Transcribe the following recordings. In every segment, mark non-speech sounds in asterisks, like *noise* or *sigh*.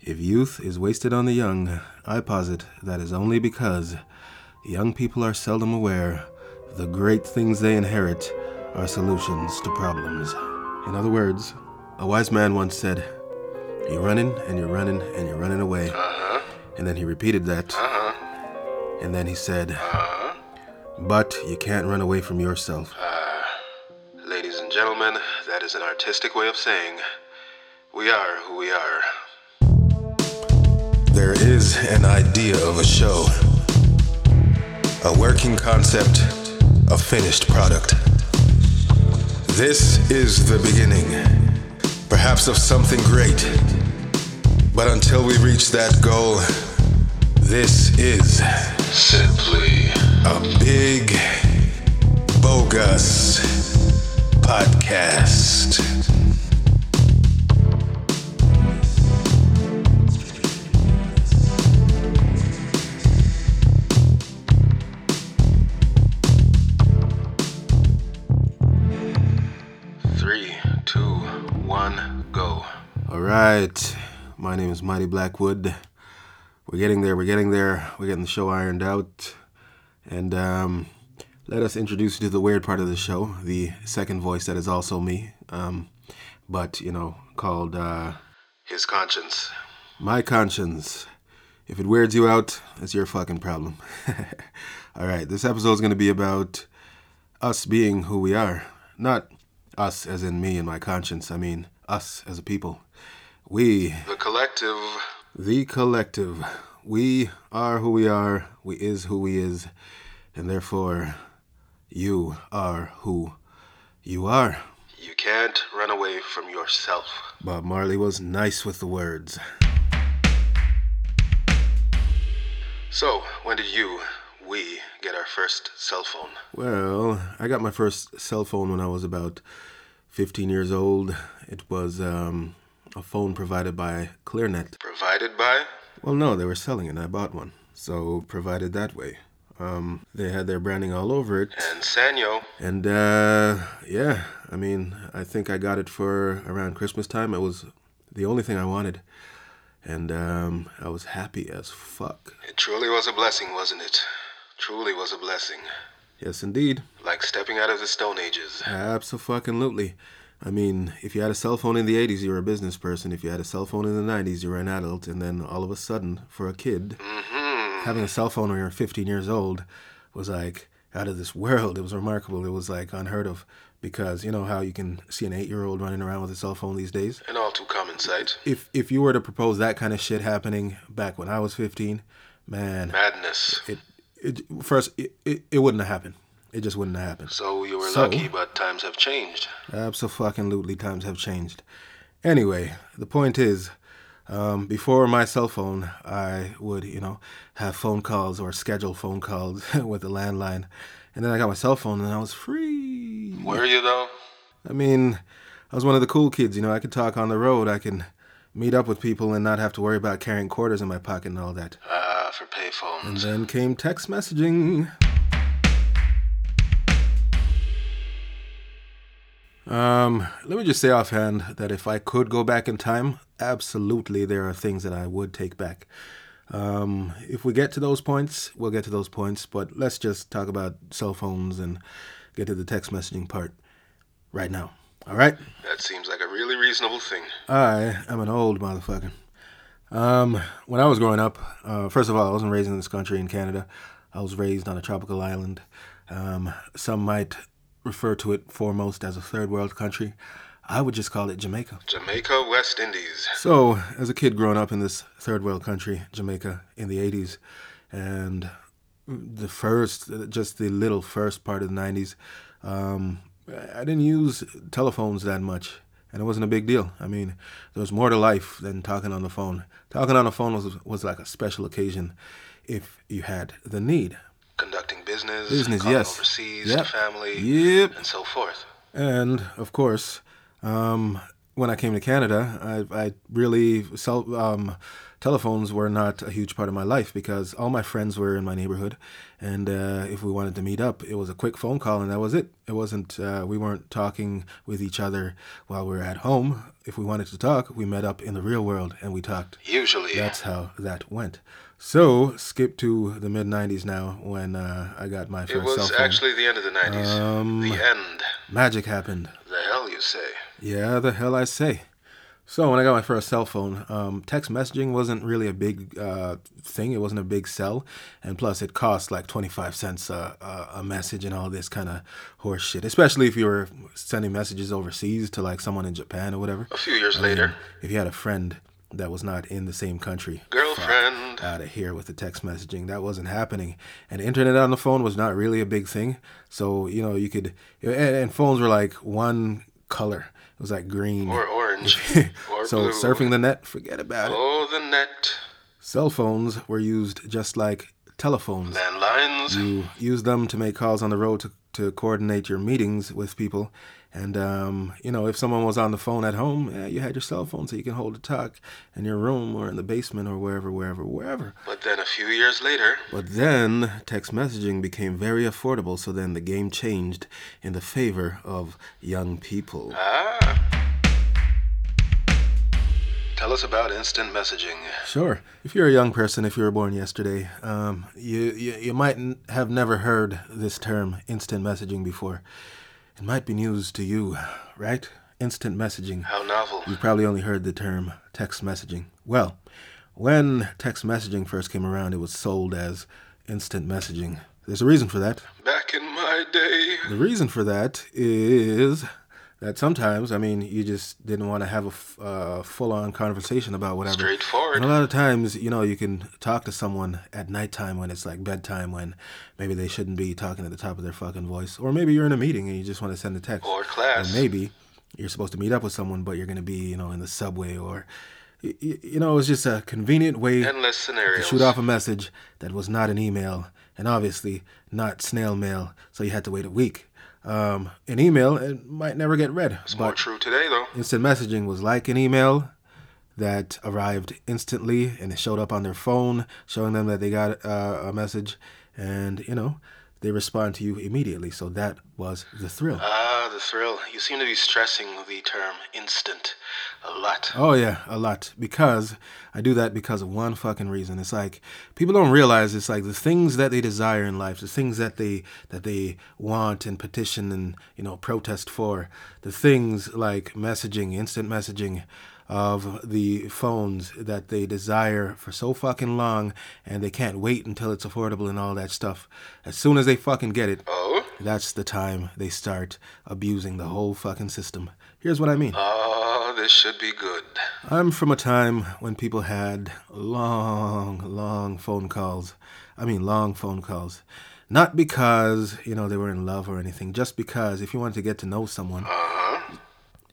If youth is wasted on the young, I posit that is only because young people are seldom aware the great things they inherit are solutions to problems. In other words, a wise man once said, You're running and you're running and you're running away. And then he repeated that. And then he said, But you can't run away from yourself. Ladies and gentlemen, that is an artistic way of saying we are who we are. There is an idea of a show, a working concept, a finished product. This is the beginning, perhaps of something great. But until we reach that goal, this is Simply a big, bogus podcast. Three, two, one, go. All right. My name is Mighty Blackwood. We're getting there. We're getting there. We're getting the show ironed out. And um, let us introduce you to the weird part of the show, the second voice that is also me, um, but, you know, called uh, His Conscience. My Conscience. If it weirds you out, it's your fucking problem. *laughs* All right, this episode is going to be about us being who we are. Not us as in me and my conscience, I mean us as a people. We. The collective. The collective. We are who we are, we is who we is, and therefore you are who you are. You can't run away from yourself. Bob Marley was nice with the words. So, when did you, we, get our first cell phone? Well, I got my first cell phone when I was about 15 years old. It was um, a phone provided by ClearNet. Provided by? Well, no, they were selling it and I bought one. So, provided that way. Um, they had their branding all over it. And Sanyo. And uh, yeah, I mean, I think I got it for around Christmas time. It was the only thing I wanted. And um, I was happy as fuck. It truly was a blessing, wasn't it? Truly was a blessing. Yes, indeed. Like stepping out of the Stone Ages. Absolutely. I mean, if you had a cell phone in the 80s, you were a business person. If you had a cell phone in the 90s, you were an adult. And then all of a sudden, for a kid, having a cell phone when you were 15 years old was like out of this world. It was remarkable. It was like unheard of because you know how you can see an eight year old running around with a cell phone these days? an all too common sight. If, if you were to propose that kind of shit happening back when I was 15, man, Madness. it, it first, it, it, it wouldn't have happened. It just wouldn't have happened. So you were So- lucky, but times have changed. Absolutely, times have changed. Anyway, the point is, um, before my cell phone, I would, you know, have phone calls or schedule phone calls *laughs* with the landline, and then I got my cell phone and I was free. Were you though? I mean, I was one of the cool kids, you know. I could talk on the road. I can meet up with people and not have to worry about carrying quarters in my pocket and all that. Ah, for payphones. And then came text messaging. Um, let me just say offhand that if I could go back in time, absolutely there are things that I would take back. Um, if we get to those points, we'll get to those points, but let's just talk about cell phones and get to the text messaging part right now. All right? That seems like a really reasonable thing. I am an old motherfucker. Um, when I was growing up, uh, first of all, I wasn't raised in this country in Canada. I was raised on a tropical island. Um, some might refer to it foremost as a third world country. I would just call it Jamaica. Jamaica, West Indies. So, as a kid growing up in this third world country, Jamaica, in the 80s, and the first, just the little first part of the 90s, um, I didn't use telephones that much, and it wasn't a big deal. I mean, there was more to life than talking on the phone. Talking on the phone was, was like a special occasion if you had the need. Conducting business. Business, calling yes. Overseas Yep. to family. Yep. And so forth. And of course, um, when I came to Canada, I, I really cell, um, telephones were not a huge part of my life because all my friends were in my neighborhood, and uh, if we wanted to meet up, it was a quick phone call, and that was it. It wasn't uh, we weren't talking with each other while we were at home. If we wanted to talk, we met up in the real world and we talked. Usually. That's how that went. So skip to the mid '90s now when uh, I got my first it cell was phone. actually the end of the 90s. Um, the end. Magic happened. The hell you say? Yeah, the hell I say. So when I got my first cell phone, um, text messaging wasn't really a big uh, thing. It wasn't a big sell, and plus it cost like twenty five cents a, a, a message and all this kind of horse shit. Especially if you were sending messages overseas to like someone in Japan or whatever. A few Oh, years later. If you had a friend that was not in the same country, Girlfriend. out of here with the text messaging. That wasn't happening. And internet on the phone was not really a big thing. So, you know, you could, and, and phones were like one color. It was like green. *laughs* Or orange. or so blue. surfing the net, forget about it. Oh, the net. Cell phones were used just like telephones. Landlines. You use them to make calls on the road to, to coordinate your meetings with people. And, um, you know, if someone was on the phone at home, eh, you had your cell phone so you can hold a talk in your room or in the basement or wherever, wherever, wherever. But then a few years later, But then text messaging became very affordable, so then the game changed in the favor of young people. ah. Tell us about instant messaging. Sure. If you're a young person, if you were born yesterday, um, you, you, you might n- have never heard this term, instant messaging, before. It might be news to you, right? Instant messaging. How novel. You've probably only heard the term text messaging. Well, when text messaging first came around, it was sold as instant messaging. There's a reason for that. Back in my day. The reason for that is that sometimes, I mean, you just didn't want to have a f- uh, full-on conversation about whatever. Straightforward. And a lot of times, you know, you can talk to someone at nighttime when it's like bedtime, when maybe they shouldn't be talking at the top of their fucking voice, or maybe you're in a meeting and you just want to send a text. Or class. Or maybe you're supposed to meet up with someone, but you're going to be, you know, in the subway or. y- y- You know, it's just a convenient way Endless to scenarios. shoot off a message that was not an email and obviously not snail mail, so you had to wait a week. Um, an email it might never get read, More but true today, though. instant messaging was like an email that arrived instantly and it showed up on their phone, showing them that they got uh, a message, and you know they respond to you immediately. So that was the thrill. Ah, the thrill. You seem to be stressing the term instant a lot. Oh yeah, a lot because I do that because of one fucking reason. It's like people don't realize it's like the things that they desire in life, the things that they that they want and petition and you know protest for, the things like messaging, instant messaging of the phones that they desire for so fucking long and they can't wait until it's affordable and all that stuff. As soon as they fucking get it, Oh? that's the time they start abusing the whole fucking system. Here's what I mean. Ah, this should be good. I'm from a time when people had long, long phone calls. I mean, long phone calls. Not because, you know, they were in love or anything, just because if you wanted to get to know someone, Uh-huh.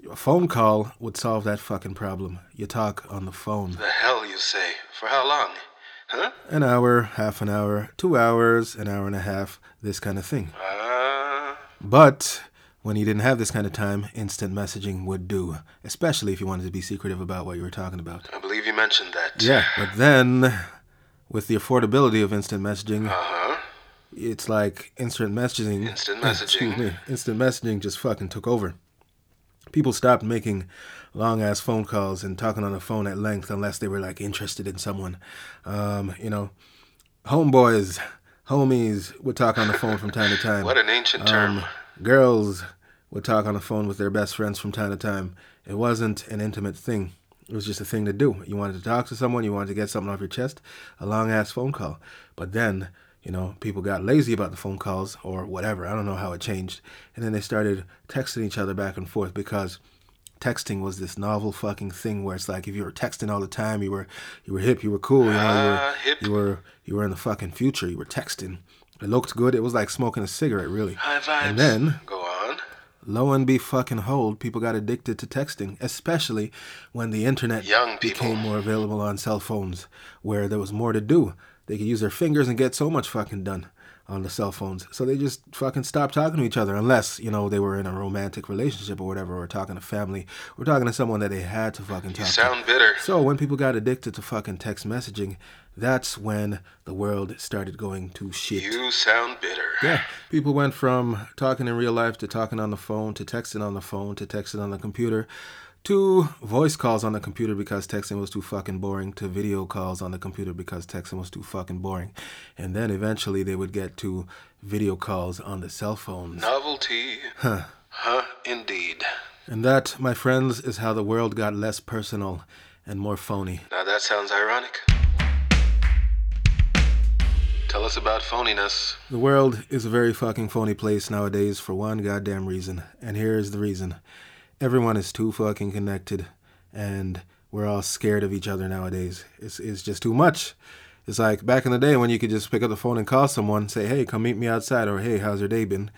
a phone call would solve that fucking problem. You talk on the phone. The hell you say? For how long? Huh? An hour, half an hour, two hours, an hour and a half, this kind of thing. Ah, But when you didn't have this kind of time, instant messaging would do, especially if you wanted to be secretive about what you were talking about. I believe you mentioned that. Yeah, but then with the affordability of instant messaging, Uh-huh. it's like instant messaging. *laughs* Instant Excuse messaging. me. Instant messaging just fucking took over. People stopped making long ass phone calls and talking on the phone at length unless they were like interested in someone. Um, you know, homeboys, homies would talk on the phone from time to time. *laughs* What an ancient term. Um, girls would talk on the phone with their best friends from time to time. It wasn't an intimate thing. It was just a thing to do. You wanted to talk to someone, you wanted to get something off your chest, a long ass phone call. But then, you know, people got lazy about the phone calls or whatever. I don't know how it changed. And then they started texting each other back and forth because texting was this novel fucking thing where it's like if you were texting all the time, you were you were hip, you were cool, you know, you were, Ah, hip. you were you were in the fucking future, you were texting. It looked good. It was like smoking a cigarette, really. High vibes. And then, Go on. lo and be fucking hold, people got addicted to texting, especially when the internet Young people. became more available on cell phones, where there was more to do. They could use their fingers and get so much fucking done. on the cell phones. So they just fucking stopped talking to each other unless, you know, they were in a romantic relationship or whatever, or talking to family, or talking to someone that they had to fucking talk you sound to. bitter. So when people got addicted to fucking text messaging, that's when the world started going to shit. You sound bitter. Yeah. People went from talking in real life to talking on the phone to texting on the phone to texting on the computer to voice calls on the computer because texting was too fucking boring, to video calls on the computer because texting was too fucking boring. And then eventually they would get to video calls on the cell phones. Novelty. Huh. Huh, indeed. And that, my friends, is how the world got less personal and more phony. Now that sounds ironic. Tell us about phoniness. The world is a very fucking phony place nowadays for one goddamn reason. And here is the reason everyone is too fucking connected and we're all scared of each other nowadays. It's, it's just too much. It's like back in the day when you could just pick up the phone and call someone, say, hey, come meet me outside, or hey, how's your day been?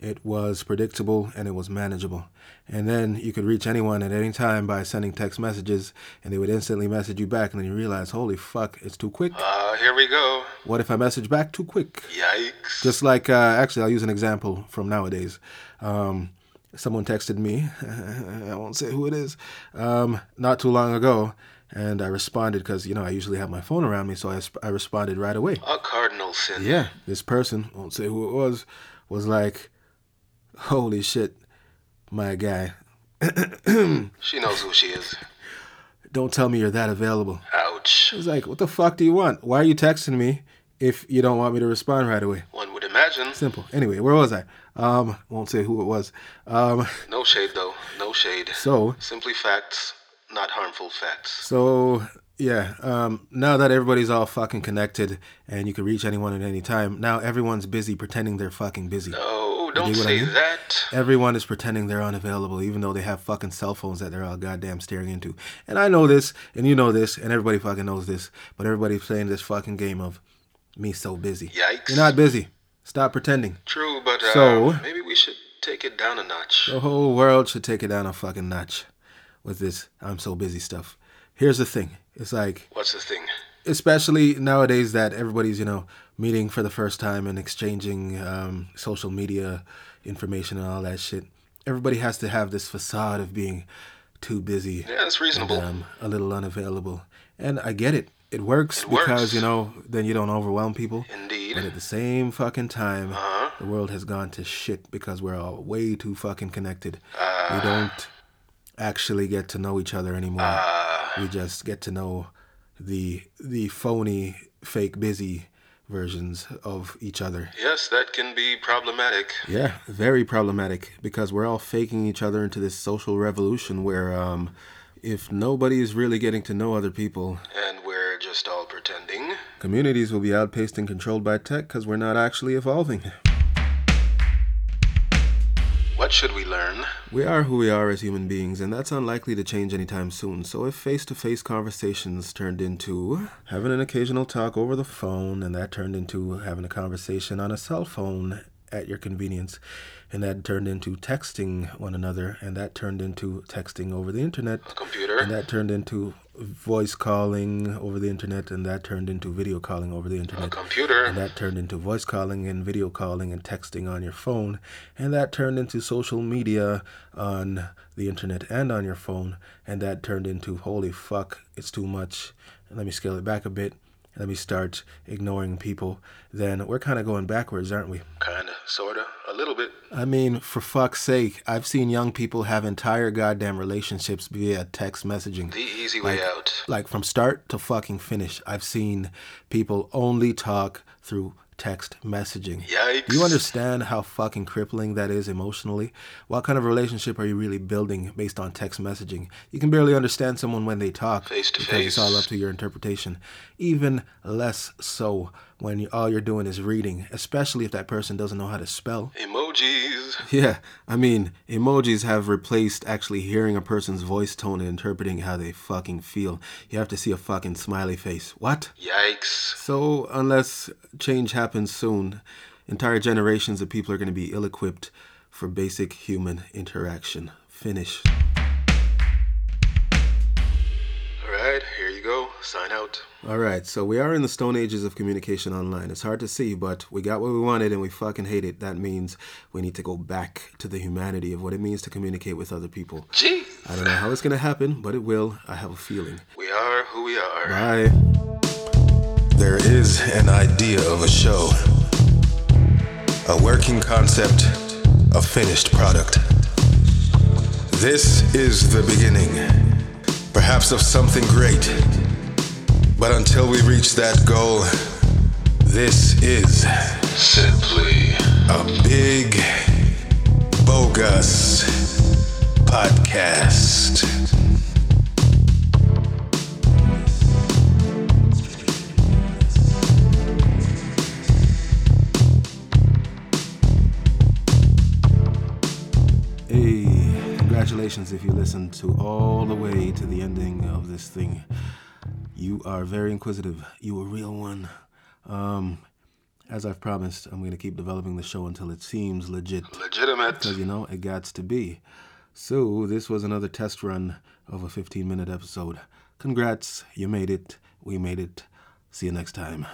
It was predictable and it was manageable. And then you could reach anyone at any time by sending text messages, and they would instantly message you back, and then you realize, holy fuck, it's too quick. Uh, here we go. What if I message back too quick? Yikes. Just like, uh, actually, I'll use an example from nowadays. Um, someone texted me, *laughs* I won't say who it is, um, not too long ago. And I responded because, you know, I usually have my phone around me. So I, I responded right away. A cardinal sin. Yeah. This person, won't say who it was, was like, holy shit, my guy. she knows who she is. Don't tell me you're that available. Ouch. I was like, what the fuck do you want? Why are you texting me if you don't want me to respond right away? One would imagine. Simple. Anyway, where was I? Um, won't say who it was. Um, *laughs* no shade though. No shade. So simply facts, not harmful facts. So yeah, um, now that everybody's all fucking connected and you can reach anyone at any time, now everyone's busy pretending they're fucking busy. No, Oh, don't you know say I mean? that. Everyone is pretending they're unavailable, even though they have fucking cell phones that they're all goddamn staring into. And I know this, and you know this, and everybody fucking knows this, but everybody's playing this fucking game of me so busy. Yikes! You're not busy. Stop pretending. True, but uh, so, maybe we should take it down a notch. The whole world should take it down a fucking notch with this I'm so busy stuff. Here's the thing. It's like What's the thing? Especially nowadays that everybody's, you know, meeting for the first time and exchanging um, social media information and all that shit. Everybody has to have this facade of being too busy. Yeah, that's reasonable. And, um, a little unavailable. And I get it it works it because works. you know then you don't overwhelm people. Indeed. But at the same fucking time, uh-huh. the world has gone to shit because we're all way too fucking connected. Uh, we don't actually get to know each other anymore. Uh, we just get to know the the phony, fake, busy versions of each other. Yes, that can be problematic. Yeah, very problematic because we're all faking each other into this social revolution where um, if nobody is really getting to know other people and we're just all pretending communities will be outpaced and controlled by tech because we're not actually evolving what should we learn we are who we are as human beings and that's unlikely to change anytime soon so if face-to-face conversations turned into having an occasional talk over the phone and that turned into having a conversation on a cell phone at your convenience. And that turned into texting one another, and that turned into texting over the internet. A computer. And that turned into voice calling over the internet, and that turned into video calling over the internet. A computer. And that turned into voice calling and video calling and texting on your phone, and that turned into social media on the internet and on your phone, and that turned into holy fuck, it's too much. Let me scale it back a bit and we start ignoring people, then we're kind of going backwards, aren't we? Kind of, sort of, a little bit. I mean, for fuck's sake, I've seen young people have entire goddamn relationships via text messaging. The easy way like, out. Like from start to fucking finish, I've seen people only talk through text messaging. Yikes. Do you understand how fucking crippling that is emotionally? What kind of relationship are you really building based on text messaging? You can barely understand someone when they talk face to because face. It's all up to your interpretation. Even less so when you, all you're doing is reading, especially if that person doesn't know how to spell. *laughs* Emojis. Yeah, I mean, emojis have replaced actually hearing a person's voice tone and interpreting how they fucking feel. You have to see a fucking smiley face. What? Yikes. So, unless change happens soon, entire generations of people are going to be ill equipped for basic human interaction. Finish. All right, here you go. go. Sign out. All right, so we are in the stone ages of communication online. It's hard to see, but we got what we wanted and we fucking hate it. That means we need to go back to the humanity of what it means to communicate with other people. Jeez. I don't know how it's going to happen, but it will. I have a feeling. We are who we are. Bye. There is an idea of a show, a working concept, a finished product. This is the beginning, perhaps of something great. But until we reach that goal, this is Simply a big, bogus podcast. Hey, congratulations if you listened to all the way to the ending of this thing. You are very inquisitive. You a real one. Um, as I've promised, I'm going to keep developing the show until it seems legit. legitimate. Because, you know, it gots to be. So, this was another test run of a 15 minute episode. Congrats, you made it. We made it. See you next time.